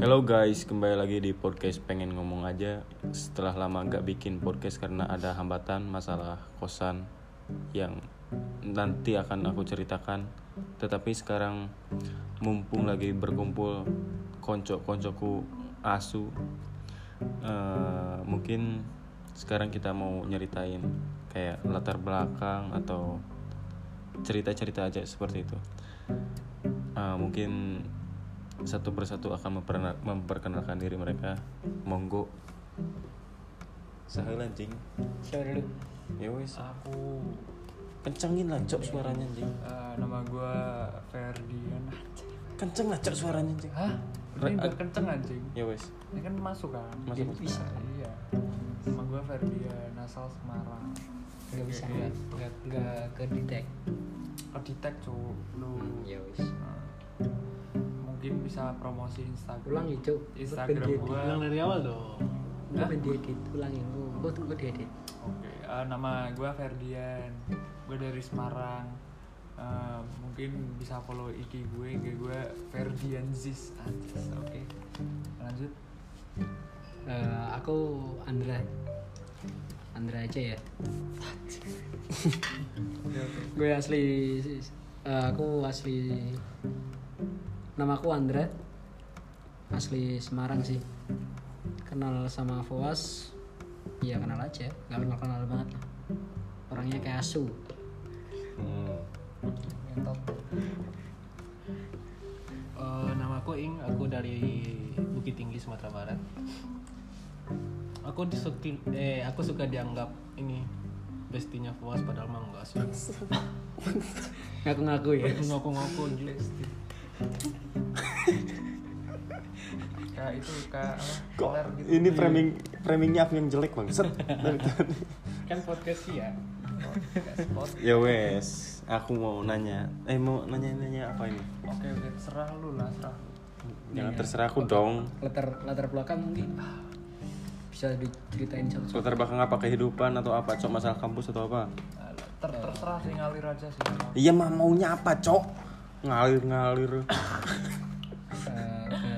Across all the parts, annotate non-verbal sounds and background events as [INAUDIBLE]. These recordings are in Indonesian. Hello guys, kembali lagi di podcast pengen ngomong aja Setelah lama nggak bikin podcast karena ada hambatan masalah kosan Yang nanti akan aku ceritakan Tetapi sekarang mumpung lagi berkumpul Koncok-koncokku asu eh, Mungkin sekarang kita mau nyeritain Kayak latar belakang atau cerita-cerita aja seperti itu Eh, Mungkin satu persatu akan memperna- memperkenalkan diri mereka monggo sahil anjing Siapa dulu? ya wes Aku kencengin lah cok suaranya anjing eh, nama gue Ferdian. Anjing. kenceng lah cok suaranya anjing Hah? Re- Ini udah kenceng anjing. ya wes Ini kan masuk kan? Masuk, Jadi masuk. bisa. Iya. Nama gue Ferdian, asal Semarang. nggak bisa Iya. nggak nggak nggak ke detect Oh, detect cu, lu. Iya. ya wis Nah, Mungkin bisa promosi Instagram. ulang ya cuk Instagram gue. Bilang dari awal dong. lu Hah? kan diedit ulang ya lu gua tunggu diedit Oke, eh, nama gue Ferdian, gue dari Semarang. Eh, mungkin bisa follow IG gue, IG gue Ferdian Ziz. Anjis, Oke, lanjut. Eh, aku Andra Andra aja ya Oke, oke. gue asli eh, aku asli nama aku Andra asli Semarang sih kenal sama Foas ya kenal aja nggak kenal kenal banget lah. orangnya kayak asu hmm. Ngentot. Eh, nama aku Ing, aku dari Bukit Tinggi Sumatera Barat. Aku disuki, eh aku suka dianggap ini bestinya Fuas padahal mah enggak sih. ngaku ngaku ya Aku ngaku-ngaku anjing. [LAUGHS] Kayak itu kayak apa? Koler gitu. ini framing framingnya aku yang jelek bangset Kan podcast sih ya. Kayak spot. [LAUGHS] ya wes aku mau nanya eh mau nanya nanya apa ini Oke, oke, serah lu lah, serah. lu. jangan terserah aku dong latar latar belakang mungkin bisa diceritain satu latar belakang apa kehidupan atau apa cok masalah kampus atau apa Alah, Nah, Ter terserah sih ngalir aja sih. iya mah maunya apa cok ngalir ngalir Eh, ke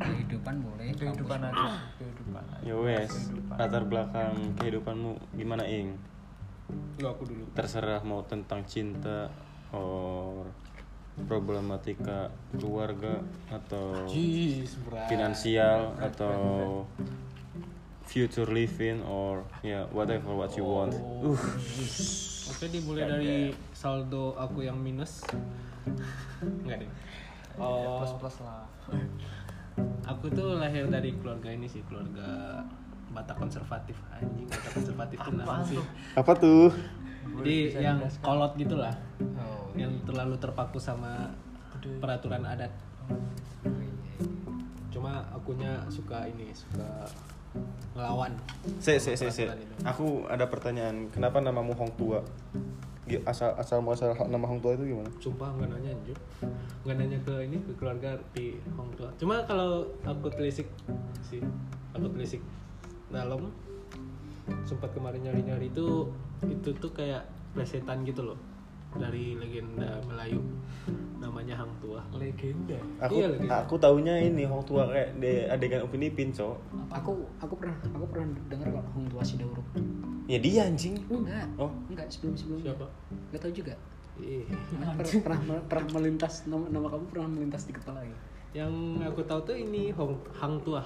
kehidupan boleh Kehidupan aja, kehidupan aja. ya wes latar belakang kehidupanmu gimana ing Lu aku dulu. terserah mau tentang cinta or problematika keluarga atau Jeez, berat. finansial atau future living or ya whatever what you want uh Oke, dimulai dari saldo aku yang minus. Enggak deh. Oh, Plus plus Ya, lah. aku tuh lahir dari keluarga ini sih, keluarga Batak konservatif anjing, Batak konservatif tuh kenapa sih? apa tuh Jadi yang kolot gitu lah. yang terlalu terpaku sama peraturan adat. Oh, iya, Cuma akunya suka ini, suka ngelawan. se se se se aku ada pertanyaan kenapa namamu Hong Tua Gi- asal asal muasal nama Hong Tua itu gimana Sumpah nggak nanya anjir. Nggak nanya ke ini ke keluarga di Hong Tua. Cuma kalau aku telisik sih, aku telisik dalam sempat kemarin nyari-nyari itu itu tuh kayak plesetan gitu loh dari legenda Melayu namanya Hang Tua. Legenda. aku Iya, lagi. aku taunya ini Hong Tua kayak di adegan Upin Ipin cok aku aku pernah aku pernah dengar kalau Hong Tua Sidauruk ya dia anjing enggak oh enggak sebelum sebelumnya Siapa? enggak tahu juga Ih. pernah pernah, pernah melintas nama, nama kamu pernah melintas di kepala ya Yang aku tahu tuh ini Hong Hang Tuah.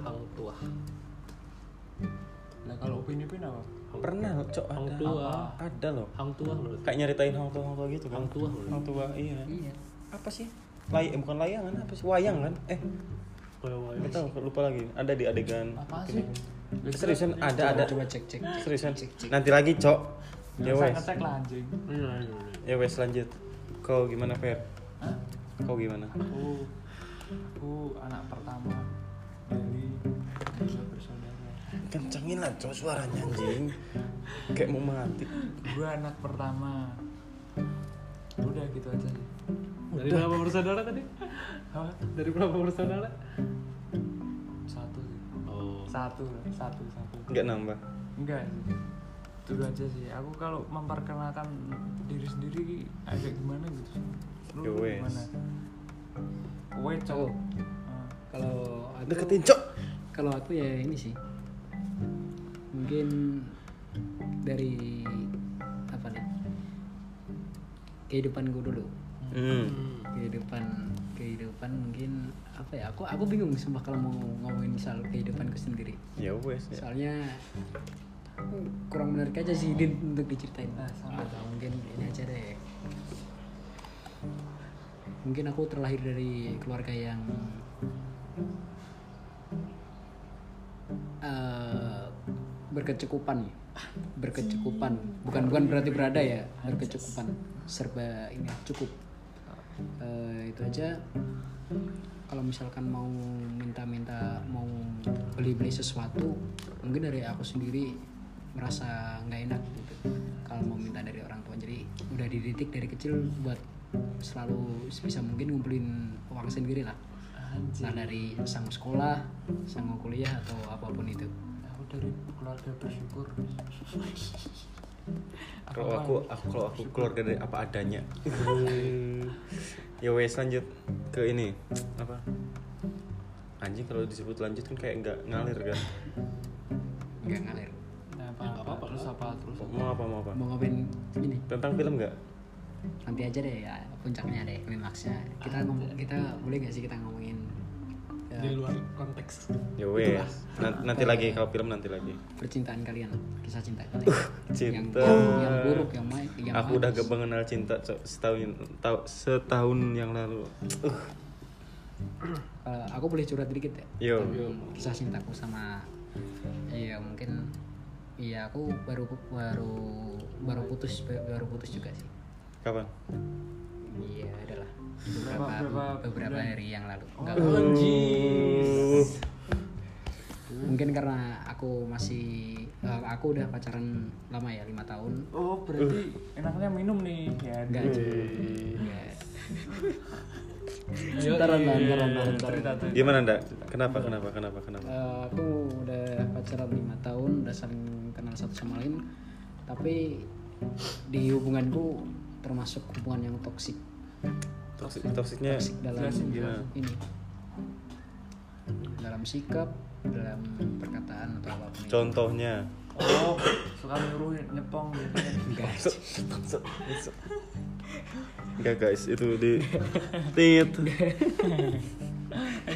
Hang Tuah. Nah, Hmm. kalau Upin Ipin apa? Hang- pernah cok Hong ada Tua. ada loh Hang Tuah menurut kayak nyeritain hang tua hang tua gitu kan Hang Tuah menurut. hang tua iya iya apa sih lay eh, bukan layangan apa sih wayang kan eh nggak tahu lupa lagi ada di adegan Apa sih? seriusan ada ada coba cek cek cek seriusan cek, cek. nanti lagi cok ya Saya wes ngetek lah [LAUGHS] anjing. ya wes lanjut kau gimana Fer Hah? kau gimana Aku Oh. aku anak pertama dari dua bersaudara. kencengin lah cok suaranya anjing kayak mau mati Gue anak pertama. Udah gitu aja sih. Dari berapa bersaudara tadi? Apa? Dari berapa bersaudara? Satu sih. Oh. Satu, satu, satu. nggak nambah Enggak sih. Itu aja sih. Aku kalau memperkenalkan diri sendiri agak gimana gitu. sih. Lu Ya wes. gimana? Wes cowok. Oh. Ah. kalau aku Deketin cok. kalau aku ya ini sih mungkin dari apa nih kehidupanku dulu Hmm. kehidupan kehidupan mungkin apa ya aku aku bingung sumpah kalau mau ngomongin soal kehidupanku sendiri Ya wes. ya. soalnya kurang menarik aja sih Din untuk diceritain Ah, sama. atau mungkin ini aja deh mungkin aku terlahir dari keluarga yang eh, berkecukupan ya. berkecukupan bukan bukan berarti berada ya berkecukupan serba ini cukup Eh, itu aja kalau misalkan mau minta-minta mau beli-beli sesuatu mungkin dari aku sendiri merasa nggak enak gitu kalau mau minta dari orang tua jadi udah dididik dari kecil buat selalu sebisa mungkin ngumpulin uang sendiri lah Anjir, nah dari sang sekolah sang kuliah atau apapun itu aku dari Ya keluarga bersyukur. Kalau aku, aku kalau aku keluarga dari apa adanya. ya wes lanjut ke ini apa? Anjing kalau disebut lanjut kan kayak nggak ngalir kan? nggak ngalir Nah, apa, apa, apa, terus apa, terus apa. Mau apa mau apa? mau ngapain ini Tentang film nggak? nanti aja deh ya, puncaknya deh klimaksnya kita ngom- kita boleh nggak sih kita ngomongin eh, Di luar konteks. Ya wes. Nan- ya? nanti lagi kalau film nanti lagi. percintaan kalian kisah cinta kalian yang, Uh, Cinta. yang buruk yang baik yang Aku udah manis. gak mengenal cinta Cok, setahun tau- setahun yang lalu. Uh, Eh, aku boleh curhat dikit ya yo. kisah cintaku sama ya mungkin iya aku baru baru baru putus baru putus juga sih Kapan? iya adalah Berapa- beberapa berapa beberapa bulan? hari yang lalu Oh, Nggak- Uh, mungkin karena aku masih eh, aku udah pacaran lama ya lima tahun Oh, berarti enaknya minum nih. Ya, enggak aduh. cuy [LAUGHS] Nggak. Bentaran lah, bentaran lah, bentaran. iya, Cerita tuh. Gimana ndak? Kenapa kenapa kenapa kenapa? Eh, aku udah pacaran lima tahun udah saling kenal satu sama lain tapi di hubunganku termasuk hubungan yang toksik Toksik toksiknya toksik dalam Jelasin, jelasin. ini dalam sikap dalam perkataan atau apapun itu. contohnya. Oh, suka nyuruh nyepong gitu. [LAUGHS] ya. enggak Enggak guys, itu di tit.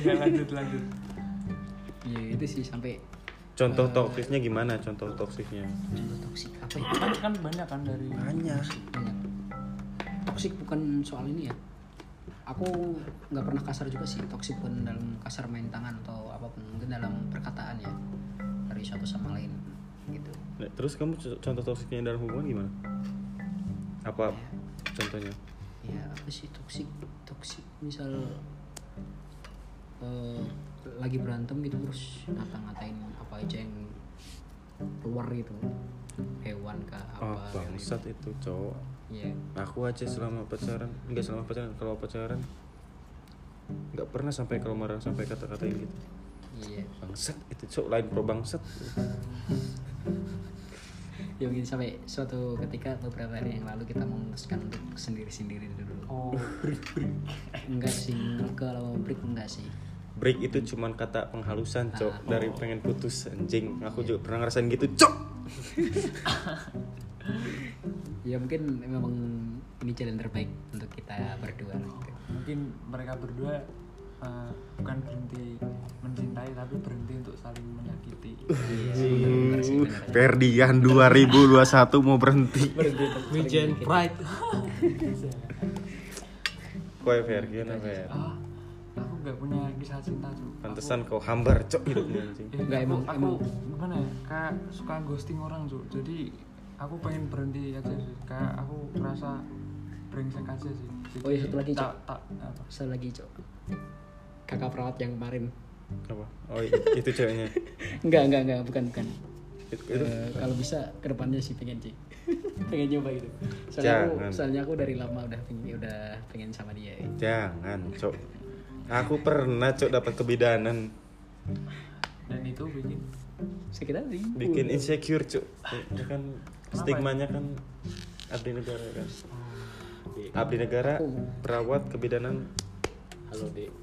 Ya, lanjut, lanjut. ya itu sih sampai Contoh toksiknya gimana? Contoh toksiknya. contoh toksik apa ya Kan, kan banyak kan dari Banyak. banyak toksik bukan soal ini ya aku nggak pernah kasar juga sih toksik pun dalam kasar main tangan atau apapun mungkin dalam perkataan ya dari satu sama lain gitu Nah, terus kamu co- contoh toksiknya dalam hubungan gimana? Apa contohnya? ya apa sih toksik toksik misal eh, lagi berantem gitu terus ngata-ngatain apa aja yang keluar gitu hewan kah Oh, apa gitu. bangsat itu cowok. ya Aku aja selama pacaran, enggak selama pacaran, kalau pacaran nggak pernah sampai kalau marah sampai kata-kata yang gitu. iya Bangsat itu cowok lain pro bangsat. ya mungkin sampai suatu ketika beberapa hari yang lalu kita memutuskan untuk sendiri-sendiri dulu Oh, enggak sih kalau break enggak sih Break itu cuman kata penghalusan, cok. Ah, Dari pengen putus anjing. Aku juga pernah ngerasain gitu, cok. ya mungkin memang ini jalan terbaik untuk kita berdua gitu. mungkin mereka berdua eh, bukan berhenti mencintai tapi berhenti untuk saling menyakiti. Bener-bener sih, bener. Perdian 2021 mau berhenti. Wijen Pride. Koe Fer, gimana Fer? Ah, aku nggak punya kisah cinta tuh. Pantesan kau hambar, cok hidupnya anjing. Nggak, Iya, aku, emang- aku emang. gimana ya? Kayak suka ghosting orang tuh. Jadi aku pengen berhenti aja sih. Kayak aku merasa brengsek aja sih. Jadi, Oh iya, satu lagi, tak Cok. tak apa? Satu lagi cok kakak perawat yang kemarin Apa? Oh, i- itu ceweknya. enggak enggak enggak bukan bukan Itu, itu. Eh, kalau bisa kedepannya sih pengen sih [LAUGHS] pengen nyoba gitu soalnya aku, Jangan. soalnya aku dari lama udah pengen ya udah pengen sama dia Jangan, cok. Aku pernah cok dapat kebidanan, Dan itu bikin sekitar sih bikin insecure, cok. Itu kan stigmanya kan abdi negara kan. Abdi negara, perawat, kebidanan, Halo, Dek.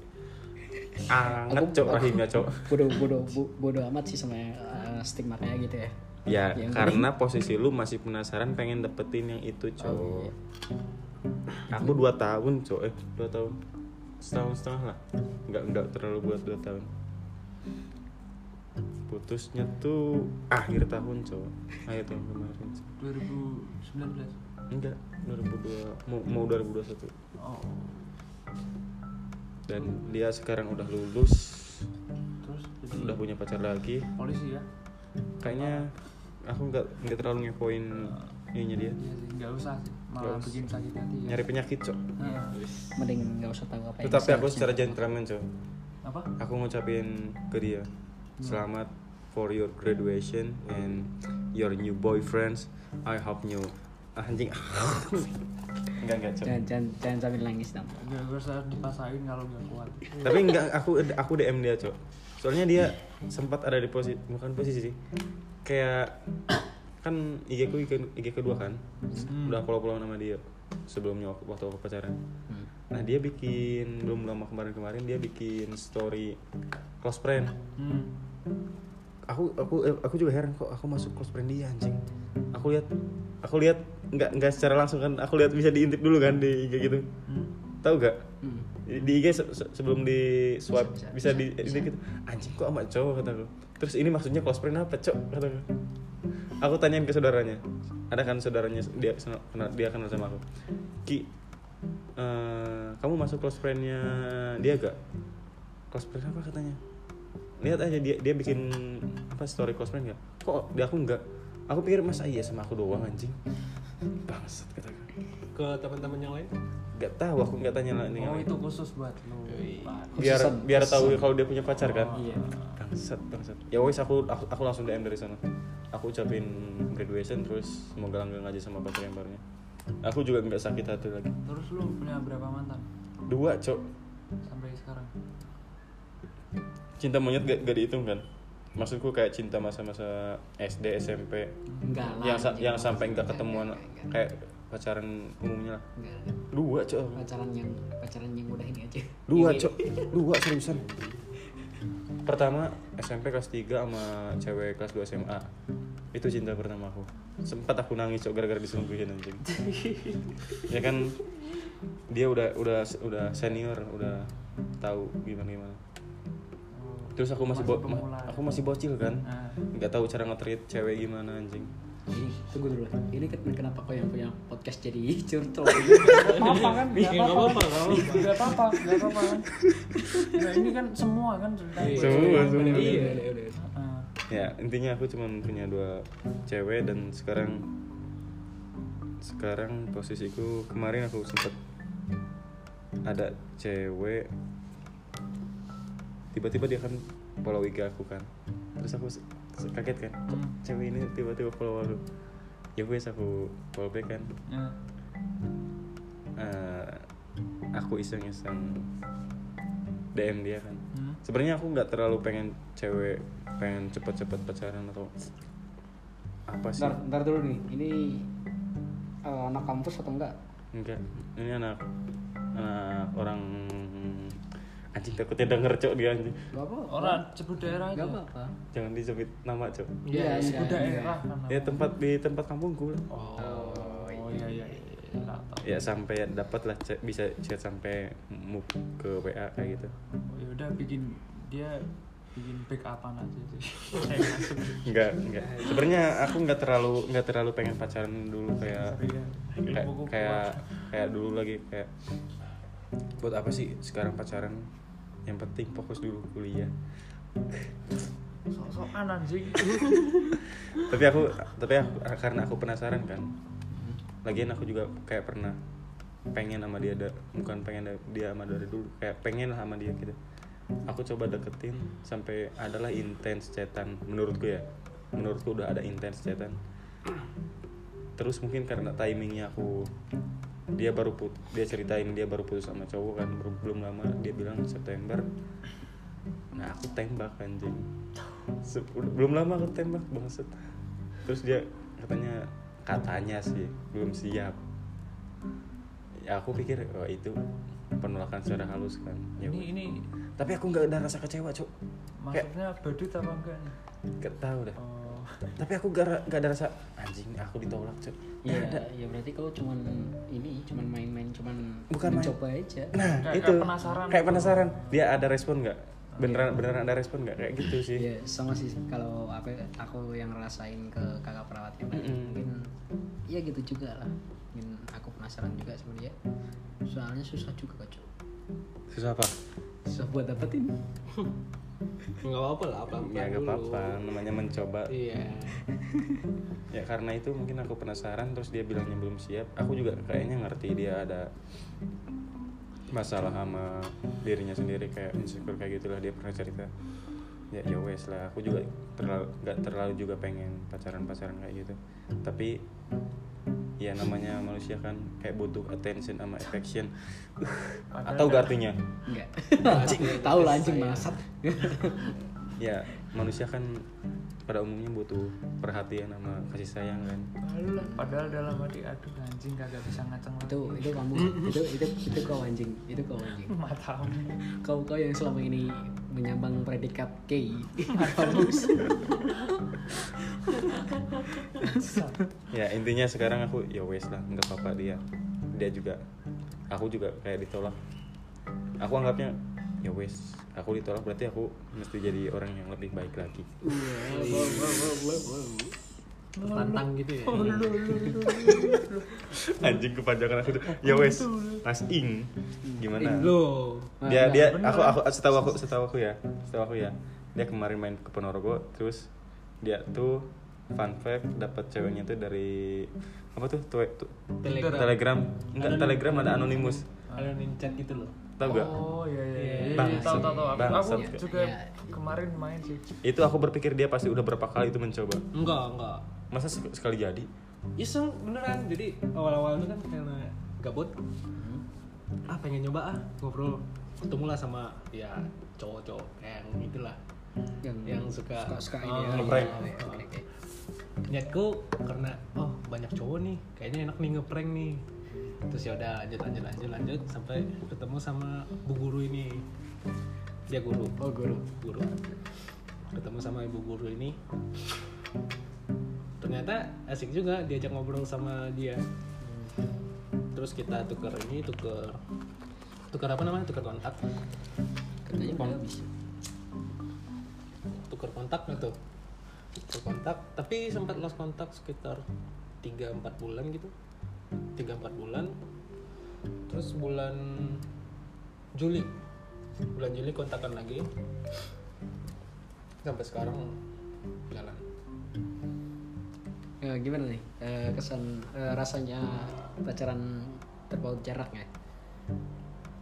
Anget cok rahimnya cok. bodoh bodoh bo- bodoh amat sih sama eh, stigma kayak gitu ya Ya, Yang karena posisi lu masih penasaran pengen dapetin yang itu, cok. Oh, iya. Aku dua tahun, cok. Eh, dua tahun. Setahun setengah lah. Nggak nggak terlalu buat dua tahun. Putusnya tuh akhir tahun, cok. Akhir tahun kemarin. Cok. 2019 Enggak, 2002 mau mau 2021. oh Dan dia sekarang udah lulus, terus jadi Iya. udah punya pacar lagi. polisi ya Kayaknya aku nggak nggak terlalu ngepoin ininya dia. Iya sih, nggak usah sih malah Nggak usah. bikin sakit hati ya Nyari penyakit, cok. Nah, mending nggak usah tahu apa yang Tetapi aku seharusnya. secara gentleman, cok. apa aku ngucapin ke dia selamat for your graduation and your new boyfriends I hope you anjing enggak enggak Cok. jangan jangan jangan sampai nangis dong nggak gue harus dipasain kalau nggak kuat tapi enggak aku aku DM dia cok soalnya dia sempat ada di posisi bukan posisi sih kayak kan IG ku IG, IG kedua kan udah follow follow nama dia sebelumnya waktu- waktu aku pacaran Hmm. nah dia bikin belum lama kemarin kemarin dia bikin story close friend hmm. aku aku eh, aku juga heran kok aku masuk close friend dia anjing aku lihat aku lihat nggak nggak secara langsung kan aku lihat bisa diintip dulu kan di IG gitu hmm. tahu gak Hmm. di, di IG se- se- sebelum di swipe bisa, Bisa, bisa, di bisa. di- gitu anjing kok sama cowok kata aku terus ini maksudnya close friend apa cok kata aku aku tanyain ke saudaranya ada kan saudaranya dia kenal dia kenal sama aku ki eh, kamu masuk close friendnya dia gak close friend apa katanya lihat aja dia dia bikin apa story close friend gak kok dia aku nggak aku pikir masa iya sama aku doang anjing bangsat kata aku ke teman-teman yang lain nggak tahu aku nggak tanya lah Iya. ini oh itu khusus buat lo Yoi. biar Khususan, biar tahu khususan. kalau dia punya pacar kan iya bangsat bangsat ya wes aku, aku aku langsung DM dari sana aku ucapin graduation terus semoga langgeng aja sama pacar yang barunya aku juga nggak sakit hati lagi terus lu punya berapa mantan dua cok sampai sekarang cinta monyet gak, gak dihitung kan maksudku kayak cinta masa-masa SD SMP enggak lah yang sa- anjing. yang sampai nggak ketemuan Enggak, enggak, kayak pacaran umumnya lah enggak. dua cok pacaran yang pacaran yang udah ini aja dua Ini- cok dua seriusan pertama SMP kelas 3 sama cewek kelas 2 SMA itu cinta pertama aku sempat aku nangis cok gara-gara diselingkuhin [LAUGHS] anjing ya kan dia udah udah udah senior udah tahu gimana gimana Oh. terus aku masih, bo- ma- pemula. aku masih bocil kan Nah, nggak tahu cara nge-treat cewek gimana anjing ini tunggu dulu ini ken- kenapa kok yang punya podcast jadi [LAUGHS] curcol apa kan? Iya, Gak nggak apa-apa. apa-apa Gak nggak apa-apa apa-apa, gak apa-apa kan? Nah, ini kan semua kan ceritanya. Iya, Semua, iya, semua. iya, Iya, iya, iya. Heeh. ya intinya aku cuma punya dua cewek dan sekarang sekarang posisiku kemarin aku sempet ada cewek tiba-tiba dia kan follow IG aku kan terus aku se- se- kaget kan "Kok Hmm. cewek ini tiba-tiba follow aku ya wes aku follow back kan Nah, Eh, aku iseng-iseng DM dia kan hmm. sebenarnya aku nggak terlalu pengen cewek pengen cepet-cepet pacaran atau apa sih ntar ntar dulu nih ini eh, anak kampus atau enggak enggak ini anak anak orang anjing takutnya denger cok dia anjing Gak apa Orang sebut daerah Gak aja. apa-apa jangan disebut nama cok Iya, Iya, Sebut iya. daerah kan. ya tempat di tempat kampungku lah Oh, iya iya. iya. Nggak tahu. ya sampai dapat lah cek bisa chat sampai move ke WA kayak gitu Oh, ya udah bikin dia bikin backupan aja sih. Eh, langsung. enggak enggak sebenarnya aku nggak terlalu nggak terlalu pengen pacaran dulu kayak Sorry ya. kayak Ilmu gua kayak kuat. kayak dulu lagi kayak buat apa sih sekarang pacaran yang penting fokus dulu kuliah sok-sokan anjing. tapi aku tapi aku karena aku penasaran kan lagian aku juga kayak pernah pengen sama dia ada bukan pengen da- dia sama dari dulu kayak pengen lah sama dia gitu aku coba deketin sampai adalah intens cetan menurutku ya menurutku udah ada intens cetan terus mungkin karena timingnya aku dia baru put dia ceritain dia baru putus sama cowok kan baru- belum lama dia bilang September nah aku tembak anjing Se- belum lama aku tembak bangset terus dia katanya katanya sih belum siap ya aku pikir oh, itu penolakan secara halus kan ya, ini ini tapi aku nggak ada rasa kecewa cok masuknya badut apa enggak nih nggak tahu dah oh tapi aku gak, gak ada rasa anjing aku ditolak cok Iya, ya berarti kau cuman ini, cuman main-main, cuman Bukan main. mencoba aja. nah Kayak- itu kayak penasaran kayak gitu. Iya. penasaran dia ada respon nggak beneran beneran ada respon nggak kayak gitu sih Iya, sama sih kalau aku, aku yang ngerasain ke kakak perawat yang lain, Mm-mm. mungkin ya gitu juga lah. Mungkin aku penasaran juga sama dia. Soalnya susah juga kok, Cuk. susah apa Susah buat dapetin. nggak apa-apa lah apa ya nggak apa-apa namanya mencoba iya ya karena itu mungkin aku penasaran terus dia bilangnya belum siap aku juga kayaknya ngerti dia ada masalah sama dirinya sendiri kayak insecure kayak gitulah dia pernah cerita ya ya wes lah aku juga terlalu nggak terlalu juga pengen pacaran pacaran kayak gitu tapi ya namanya manusia kan kayak butuh attention sama affection atau gak artinya Enggak. Tahu lah [LAUGHS] anjing bangsat. ya manusia kan pada umumnya butuh perhatian sama kasih sayang kan Malu lah. padahal dalam hati aduh anjing kagak bisa ngaceng itu itu kamu itu itu itu kau anjing itu kau anjing matamu kau kau yang selama ini menyambang predikat [LAUGHS] gay bagus ya intinya sekarang aku ya wes lah nggak apa-apa dia dia juga aku juga kayak ditolak aku anggapnya ya wes aku ditolak berarti aku mesti jadi orang yang lebih baik lagi [LAUGHS] tantang gitu ya anjing kepanjangan aku tuh ya wes mas ing gimana lo dia dia aku aku setahu aku setahu aku ya setahu aku ya dia kemarin main ke Ponorogo terus dia tuh fun fact dapat ceweknya tuh dari apa tuh Twe- tu- Telegram. telegram enggak telegram ada anonymous ada ninchat gitu loh tahu gak oh iya iya iya Bangsat. tahu tahu tahu aku, aku Bangsat. juga Iya. kemarin main sih itu aku berpikir dia pasti udah berapa kali itu mencoba enggak enggak masa sek- sekali jadi iseng beneran jadi awal-awal itu kan karena gabut ah pengen nyoba ah ngobrol ketemulah sama ya cowok-cowok yang itulah yang yang suka suka suka Oh, ini ya. ngeprank. Iya, iya, oke, oke. niatku karena oh banyak cowok nih kayaknya enak nih ngeprank nih terus ya udah lanjut lanjut lanjut lanjut sampai ketemu sama bu guru ini dia guru oh guru guru ketemu sama ibu guru ini ternyata asik juga diajak ngobrol sama dia terus kita tuker ini tuker tuker apa namanya tuker kontak katanya nggak habis tuker kontak gitu tuker kontak tapi sempat lost kontak sekitar 3-4 bulan gitu 3-4 bulan terus bulan Juli bulan Juli kontakan lagi sampai sekarang jalan Eh, gimana nih Eh, kesan eh, rasanya pacaran terpaut jarak [LAUGHS] ya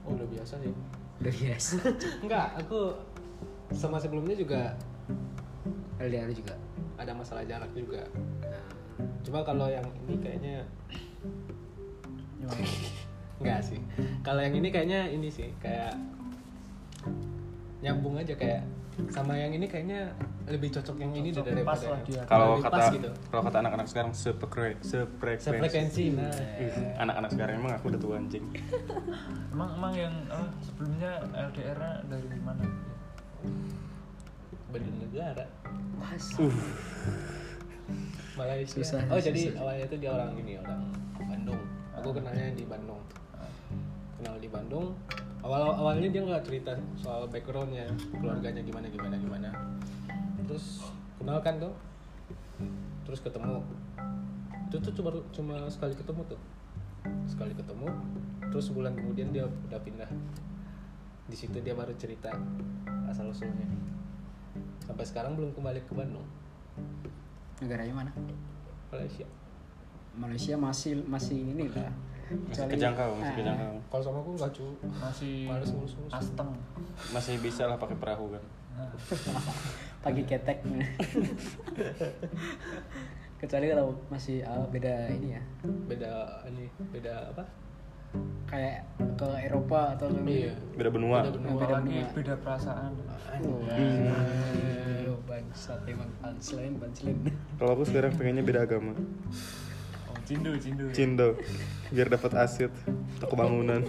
oh udah biasa sih udah biasa enggak aku sama sebelumnya juga LDR juga ada masalah jarak juga nah, cuma kalau yang ini kayaknya [LAUGHS] Enggak sih. Kalau yang ini kayaknya ini sih kayak nyambung aja kayak sama yang ini kayaknya lebih cocok yang ini Cocok, daripada pas yang- lah dia. kalau lebih kata pas gitu. kalau kata anak-anak sekarang sepekre sefrekuensi Sefrekuensi. Nah, Ih, anak-anak sekarang emang aku udah tua anjing emang emang yang ah, sebelumnya LDR nya dari mana bener negara. mas Malaysia. Susah, oh, jadi susah. awalnya tuh dia orang ini, orang Bandung. Aku kenalnya di Bandung. Kenal di Bandung. Awal awalnya dia nggak cerita soal backgroundnya, keluarganya gimana gimana gimana. Terus kenal kan tuh. Terus ketemu. Itu tuh cuma cuma sekali ketemu tuh. Sekali ketemu. Terus sebulan kemudian dia udah pindah. Di situ dia baru cerita asal usulnya. Sampai sekarang belum kembali ke Bandung, negaranya mana Malaysia. Malaysia masih masih ini lah masih Kecuali- kejangkau masih Ah, kejangkau Kalau sama aku nggak cu, masih males ngurus-ngurus. asteng masih bisa lah pakai perahu kan Nah, pakai [LAUGHS] ketek kecuali kalau masih ah, beda ini ya Beda ini, beda apa? kayak ke Eropa atau ke beda benua Beda benua. Beda apalagi benua. beda perasaan Iya. Wow, Oh, iya. bangsat emang punchline punchline. kalau aku sekarang pengennya beda agama oh Cindu, Cindu. ya? Cindo biar dapat aset toko bangunan.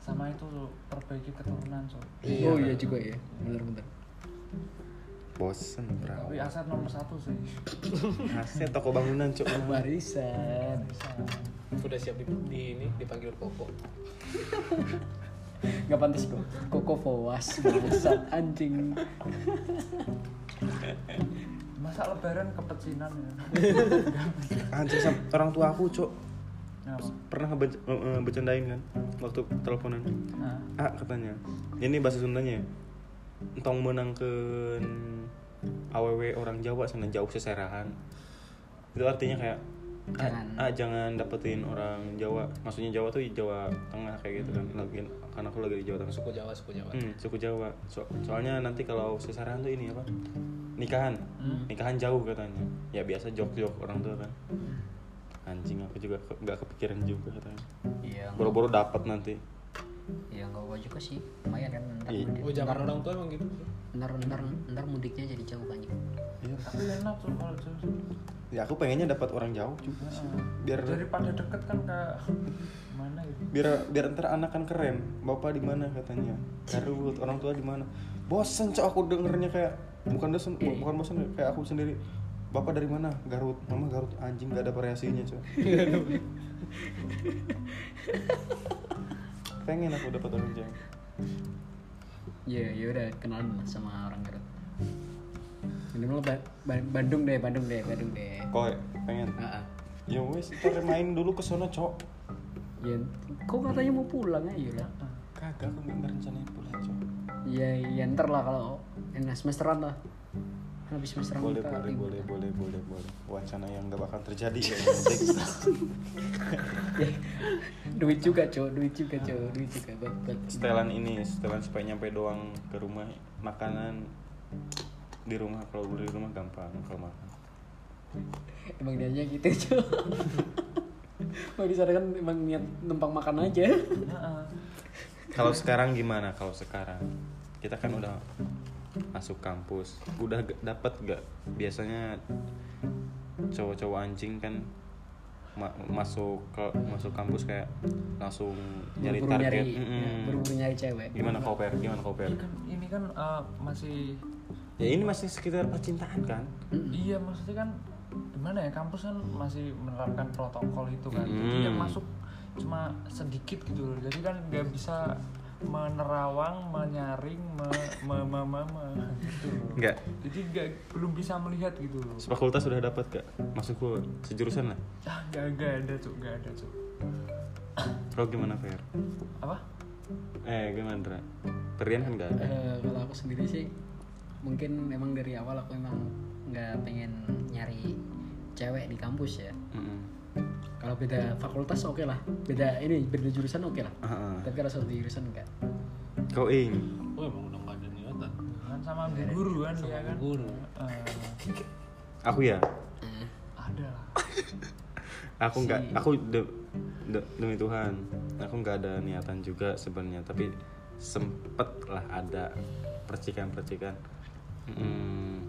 Sama itu lo perbaiki keturunan so. Oh iya juga ya, bener-bener. Bosen Tapi bro. aset nomor satu sih. Aset toko bangunan cok. Barisan. udah siap di, di ini dipanggil koko Gak pantas kok. Koko Fowas, bangsat anjing. Masa lebaran ke pecinan ya? Anjir sam- orang tua aku cok Ya, Bang. pernah ngebec- nge- nge- bercandain kan waktu teleponan. Nah, Ah katanya. Ini bahasa Sundanya. ya. Entong menangkan aww orang Jawa sana jauh seserahan. Itu artinya kayak ah, Jangan. ah, jangan dapetin orang Jawa. Maksudnya Jawa tuh Jawa Tengah kayak gitu kan. Lagi karena aku lagi di Jawa Tengah. suku jawa suku jawa Hmm, suku Jawa. So- soalnya nanti kalau seserahan tuh ini apa? Nikahan. Nikahan jauh katanya. Ya biasa jok-jok orang tua kan. Anjing aku juga ke- nggak kepikiran juga katanya. Iya, Boro-boro dapat nanti. iya nggak gua juga sih. Lumayan kan ntar Iya. mudik. oh zaman Ntar- orang tua emang gitu ntar ntar ntar mudiknya jadi jauh anjing. Iya. tapi enak tuh kalau jauh. Ya aku pengennya dapat orang jauh juga sih. Biar daripada deket kan ke [LAUGHS] mana gitu. biar biar ntar anak kan keren. Bapak di mana katanya? Garut, orang tua di mana? Bosen cok aku dengernya kayak bukan dosen, bu- bukan bosen kayak aku sendiri. Bapak dari mana? Garut. Mama Garut anjing gak ada variasinya, cok. Pengen aku dapat orang jauh. Iya, ya udah kenalan lah sama orang Garut. Minimal ba Ba- Bandung deh, Bandung deh, Bandung deh. Koe, pengen. Heeh. Ya wes, kita main dulu ke sono, cok. Ya, kok katanya mau pulang ya? ayo lah. Kagak aku nggak rencanain pulang, cok. Iya, ya ntar lah kalau enak semesteran lah. Kan Habis semesteran Boleh, kita boleh, libur. boleh, boleh, boleh, boleh. Wacana yang gak bakal terjadi ya. Duit juga, Cok. Duit juga, Cok. Duit juga buat buat setelan ini setelan supaya nyampe doang ke rumah makanan di rumah kalau beli di rumah gampang kalau makan emang dia aja gitu, [LAUGHS] Cok. Mau di sana kan emang niat numpang makan aja. Nah, kalau sekarang gimana kalau sekarang kita kan udah masuk kampus udah g- dapat gak biasanya cowok-cowok anjing kan ma- masuk ke masuk kampus kayak langsung nyari Buru-buru target nyari, Mm-mm. ya, buru-buru nyari cewek. gimana kau per gimana kau per ini kan, ini kan eh, masih ya ini masih sekitar percintaan kan Iya maksudnya kan gimana ya kampus kan masih menerapkan protokol itu kan jadi Hmm. yang masuk cuma sedikit gitu loh jadi kan nggak bisa menerawang menyaring me, me, me, me- me- gitu loh Nggak. jadi nggak belum bisa melihat gitu loh fakultas sudah dapat gak masuk ke sejurusan lah ah nggak nggak ada cuk nggak ada cuk Kau gimana Fer? apa Eh gimana Dra? Perian kan gak ada Eh, kalau aku sendiri sih mungkin memang dari awal aku emang nggak pengen nyari cewek di kampus ya Mm-mm. kalau beda fakultas oke lah beda ini beda jurusan oke lah Ah, ah. tapi kalau satu jurusan enggak Kau ing oh emang udah gak ada niatan kan sama Bu guru kan dia kan guru Eh, Aku ya? ada lah Aku nggak Aku de, de- demi Tuhan Aku nggak ada niatan juga sebenarnya Tapi sempet lah ada percikan-percikan Mm-mm.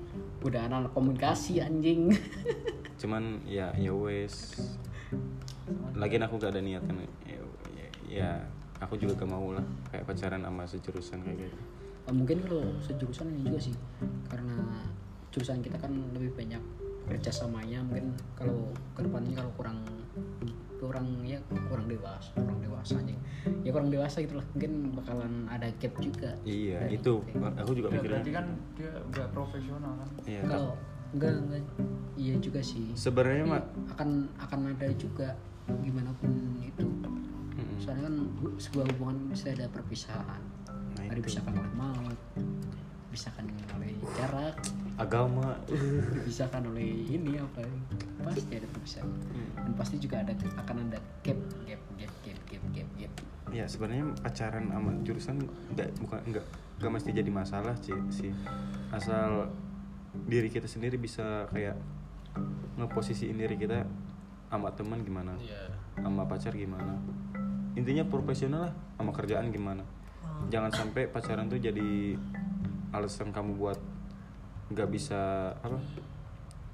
udah anak komunikasi anjing Cuman ya ya wes Lagian aku gak ada niatan ya, ya- ya, aku juga gak mau lah Kayak pacaran sama sejurusan kayak gitu Eh, mungkin kalau sejurusan ini juga sih karena jurusan kita kan lebih banyak kerjasamanya mungkin kalau kedepannya kalau kurang kurang ya kurang dewasa kurang dewasa anjing ya kurang dewasa gitu lah mungkin bakalan ada gap juga Iya Dari- itu Aku juga Ya, berarti mikirnya kan dia nggak profesional kan Iya, tapi- ya. kalau enggak enggak iya juga sih Iya, Sebenarnya mah akan akan ada juga gimana pun itu Mm-mm. soalnya kan hu- sebuah hubungan bisa ada perpisahan Nah, ada itu. dipisahkan oleh maut dipisahkan oleh jarak agama dipisahkan oleh ini apa ya, pasti ada perpisahan Hmm. dan pasti juga ada akan ada gap gap gap gap gap gap gap ya sebenarnya pacaran sama jurusan nggak bukan nggak nggak mesti jadi masalah sih sih asal diri kita sendiri bisa kayak ngeposisiin diri kita sama teman gimana iya sama pacar gimana intinya profesional lah sama kerjaan gimana jangan sampai pacaran tuh jadi alasan kamu buat nggak bisa apa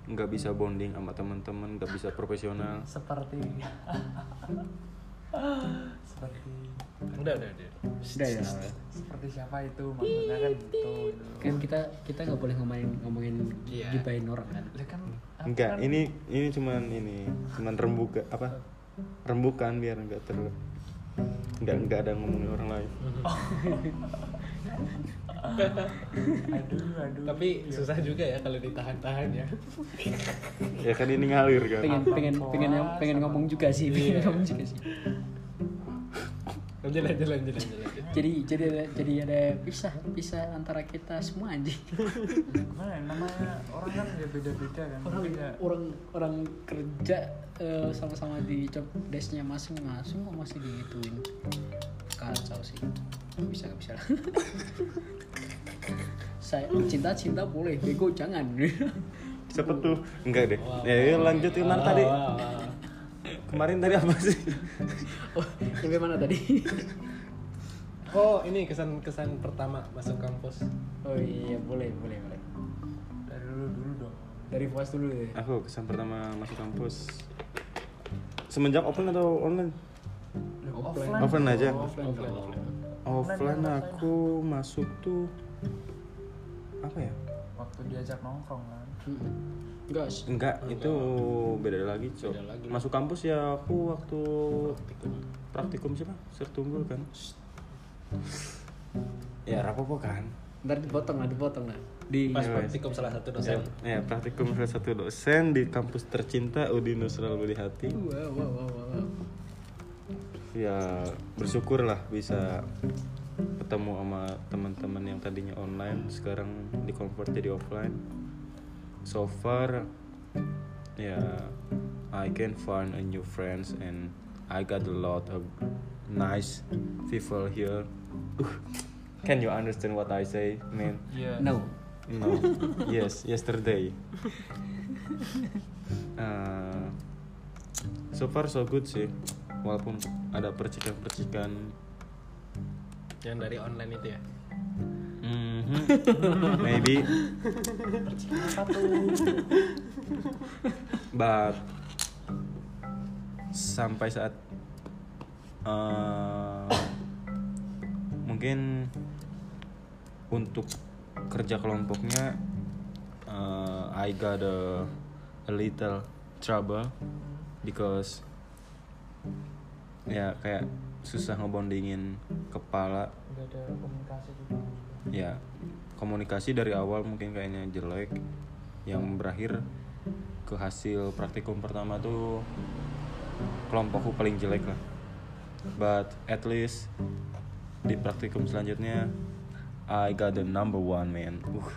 nggak bisa bonding sama teman-teman nggak bisa profesional seperti [LAUGHS] seperti udah udah udah Udah ya. seperti siapa itu maksudnya kan gitu Kan kita kita nggak boleh ngomongin ngomongin Iya. gibain orang kan. Lah kan aku nggak kan- ini ini cuman ini cuman rembuka apa rembukan biar nggak terlalu nggak nggak ada ngomongin orang lain aduh aduh tapi susah juga ya kalau ditahan-tahan ya ya kan ini ngalir kan Pengen pengen pengen ngom- pengen ngomong juga sih, Iya. pengen ngomong juga sih. lanjut lanjut lanjut lanjut, lanjut. Jadi jadi ada jadi ada pisah pisah antara kita semua anjing. gimana ya, namanya orang kan ya beda beda kan orang beda orang orang kerja eh, sama-sama di job desknya masing-masing kok masih digituin kacau sih Nggak bisa nggak bisa [LAUGHS] lah. saya cinta cinta boleh bego jangan [LAUGHS] siapa tuh enggak deh Wah, ya yuk lanjutin Nar, tadi Wah, wah, wah. kemarin tadi apa sih oh, sampai mana tadi [LAUGHS] oh ini kesan kesan pertama masuk kampus oh iya boleh boleh boleh dari dulu dulu dong dari puas dulu ya? deh aku kesan pertama masuk kampus semenjak open atau online Lah, Offline. offline Offline aja. dong. Offline, dong. offline. offline Offline. aku masuk tuh apa ya waktu diajak nongkrong kan Hmm. enggak s- enggak itu beda lagi cok Beda lagi. masuk kampus ya aku waktu praktikum praktikum siapa sertunggul kan ya rapopo kan ntar dipotong lah dipotong lah di pas Iya, praktikum salah satu ya, dosen ya, praktikum salah satu dosen di kampus tercinta Udin Nusral Budi Hati wow wow wow, wow. ya bersyukurlah bisa ketemu sama teman-teman yang tadinya online sekarang di convert jadi offline so far ya I can find a new friends and I got a lot of nice people here Uh, can you understand what I say man iya no No. Um, yes, yesterday. Uh, so far so good sih. Walaupun ada percikan-percikan. yang dari online itu ya Mhm. Maybe. But sampai saat uh, mungkin untuk kerja kelompoknya uh, I got a, a little trouble because ya kayak susah ngebondingin kepala nggak ada komunikasi gitu ya komunikasi dari awal mungkin kayaknya jelek yang berakhir ke hasil praktikum pertama tuh kelompokku paling jelek lah but at least di praktikum selanjutnya I got the number one man uh,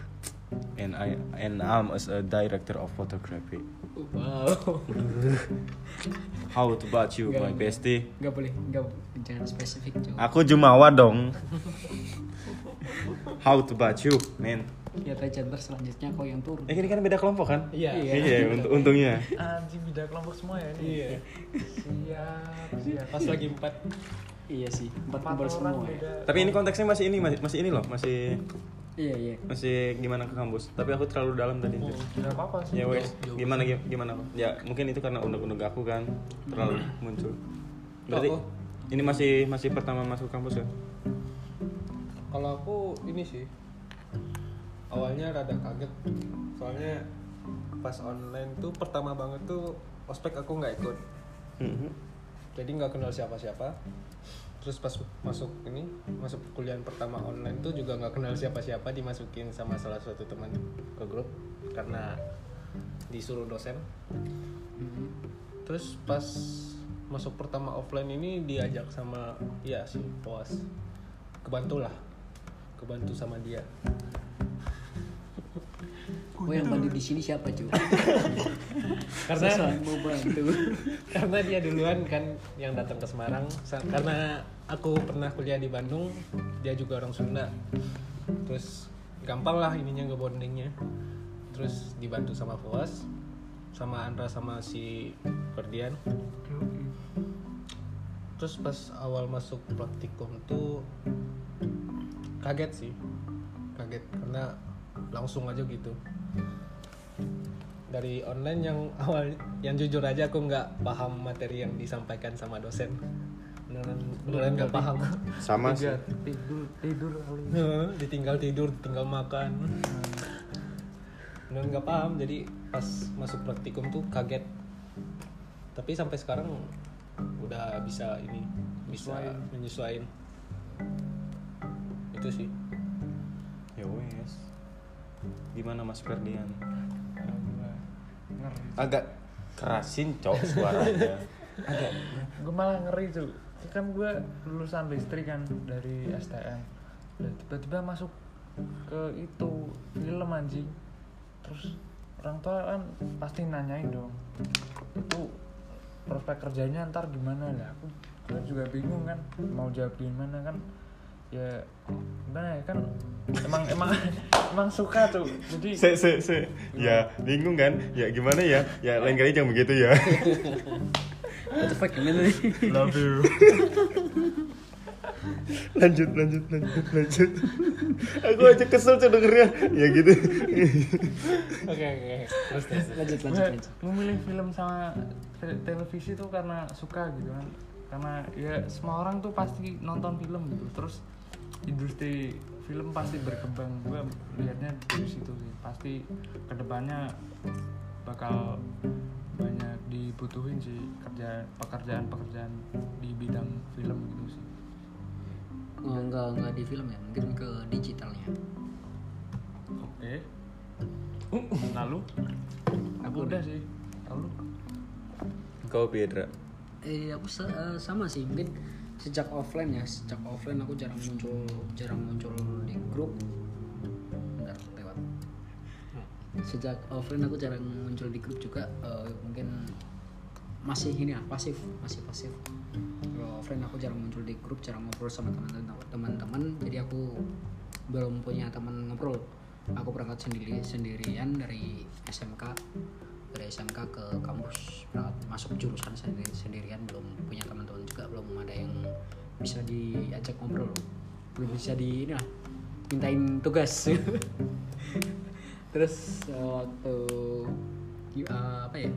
and I and I'm as a director of photography wow how about you my bestie nggak boleh nggak jangan spesifik coba aku jumawa dong how about you man lihat aja ntar Ya, selanjutnya kau yang turun eh ini kan beda kelompok kan iya Iya. Iya, unt- untungnya. anjing beda kelompok semua ya ini iya siap siap pas ya. lagi empat Iya sih, empat empat kumpul orang semua. ya. beda Tapi ini konteksnya masih ini masih, masih ini loh, masih Iya iya. masih gimana ke kampus. Tapi aku terlalu dalam tadi. Jir. nggak apa apa sih Ya wes, gimana gi- gimana? kok? Ya mungkin itu karena undang-undang aku kan terlalu muncul. Berarti Oh, oh. ini masih masih pertama masuk kampus ya? Kalau aku ini sih awalnya rada kaget soalnya pas online tuh pertama banget tuh ospek aku nggak ikut Mhm. jadi nggak kenal siapa-siapa terus pas masuk ini masuk kuliah pertama online tuh juga nggak kenal siapa-siapa dimasukin sama salah satu teman ke grup karena disuruh dosen terus pas masuk pertama offline ini diajak sama ya si Poas kebantu lah kebantu sama dia Gue yang bantu di sini siapa [LAUGHS] cuy? karena mau bantu. [LAUGHS] karena dia duluan kan yang datang ke Semarang Sa- karena aku pernah kuliah di Bandung dia juga orang Sunda terus gampang lah ininya ngebondingnya terus dibantu sama Fuas sama Andra sama si Ferdian terus pas awal masuk praktikum tuh kaget sih kaget karena langsung aja gitu dari online yang [LAUGHS] awal yang jujur aja aku nggak paham materi yang disampaikan sama dosen beneran beneran nggak paham [LAUGHS] sama sih Tidur, tidur, tidur kali. Nah, ditinggal tidur ditinggal makan beneran nggak paham jadi pas masuk praktikum tuh kaget tapi sampai sekarang udah bisa ini bisa menyesuaikan itu sih ya wes gimana Mas Ferdian Nah, gua ngeri. agak kerasin cok suaranya Gue malah ngeri tuh. Kan gue lulusan listrik kan dari STM. Lah, tiba-tiba masuk ke itu film anjing. Terus orang tua kan pasti nanyain dong. Itu prospek kerjanya ntar gimana lah. Aku gua juga bingung kan mau jawab gimana kan ya gimana ya kan emang emang [LAUGHS] emang suka tuh jadi [LAUGHS] se se se ya bingung kan ya gimana ya ya lain kali jangan begitu ya [LAUGHS] What the [LAUGHS] fuck gimana nih? love you [LAUGHS] lanjut lanjut lanjut lanjut aku aja kesel tuh dengernya ya gitu oke oke terus terus Lanjut lanjut Gue lanjut. memilih film sama te- televisi tuh karena suka gitu kan karena ya semua orang tuh pasti nonton film gitu terus industri film pasti berkembang gue liatnya dari situ sih pasti kedepannya bakal banyak dibutuhin sih kerja pekerjaan pekerjaan di bidang film gitu sih Oh, enggak enggak di film ya, mungkin ke digitalnya. oke Uh. lalu aku udah sih lalu kau Piedra Eh aku se- eh, sama sih mungkin sejak offline ya sejak offline aku jarang muncul jarang muncul di grup. Bentar lewat. Sejak offline aku jarang muncul di grup juga eh, mungkin masih ini lah pasif masih pasif. Kalau offline aku jarang muncul di grup jarang ngobrol sama teman-teman teman-teman jadi aku belum punya teman ngobrol. Aku berangkat sendiri sendirian dari SMK dari SMK ke kampus berangkat masuk jurusan sendiri sendirian belum punya teman-teman juga belum ada yang bisa diajak ngobrol belum bisa di ini lah mintain tugas [LAUGHS] terus eh, waktu gi- eh, apa ya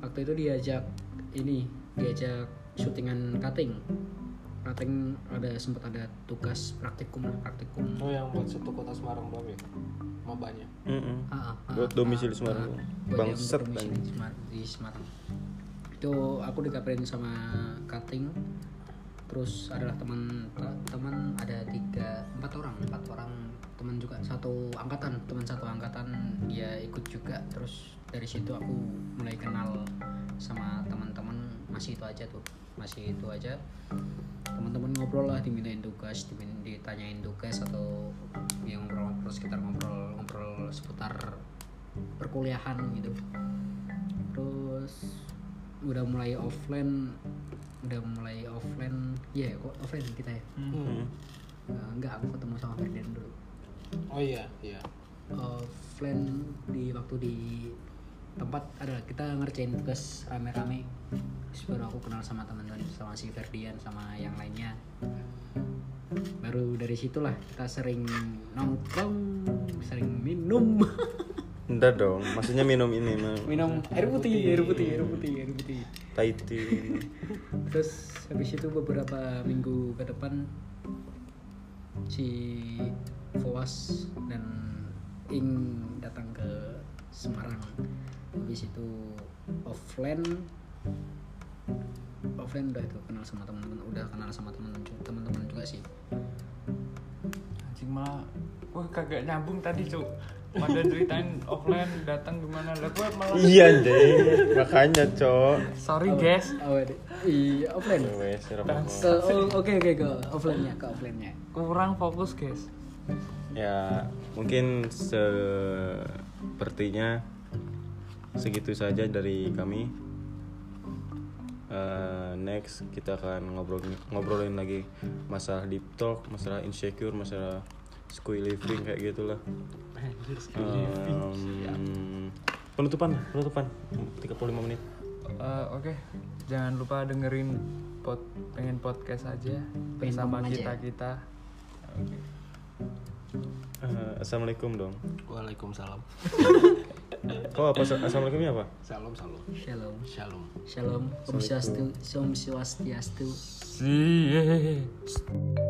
waktu itu diajak ini diajak syutingan cutting cutting ada sempat ada tugas praktikum lah praktikum oh yang buat satu kota Semarang belum ya mabanya Ah, ah, ah, Buat domisili ah, Semarang. ah, buat yang Bangset, berdomisili Semar- di Semarang itu aku dikabarin sama cutting terus adalah teman teman ada tiga empat orang empat orang teman juga satu angkatan teman satu angkatan dia ikut juga terus dari situ aku mulai kenal sama teman-teman Hmm, masih itu aja tuh masih itu aja teman-teman ngobrol lah dimintain tugas dimin- ditanyain tugas atau yang ngobrol-ngobrol sekitar ngobrol-ngobrol seputar perkuliahan gitu terus udah mulai offline udah mulai offline ya kok offline kita ya Eh, enggak aku ketemu sama Ferdian dulu oh iya iya offline Eh, di waktu di tempat ada kita ngerjain tugas rame-rame Terus baru aku kenal sama teman-teman sama si Ferdian sama yang lainnya baru dari situlah kita sering nongkrong sering minum enggak dong maksudnya minum ini minum minum air putih air putih air putih air putih Thai tea terus habis itu beberapa minggu ke depan si Fowas dan Ing datang ke Semarang habis itu offline offline udah itu kenal sama teman-teman udah kenal sama teman-teman ju- teman-teman juga sih anjing malah gue kagak nyambung tadi cuk pada [LAUGHS] ceritain offline datang gimana lah gue malah iya deh makanya cok sorry guys oh, ada- i offline ya wes ya rokok. Ke- oh, oke oke ke offline nya ke offline nya kurang fokus guys ya mungkin sepertinya segitu saja dari kami Eh, next kita akan ngobrol ngobrolin lagi masalah deep talk masalah insecure masalah school living kayak gitulah Em, penutupan penutupan 35 menit Eh, oke jangan lupa dengerin pod pengen podcast aja bersama ngomong aja. kita kita Eh, assalamualaikum dong. Waalaikumsalam. Kau apa assalamualaikumnya apa? Salam salam. Shalom. Shalom. Shalom. Om Swastiastu. Om Swastiastu. sih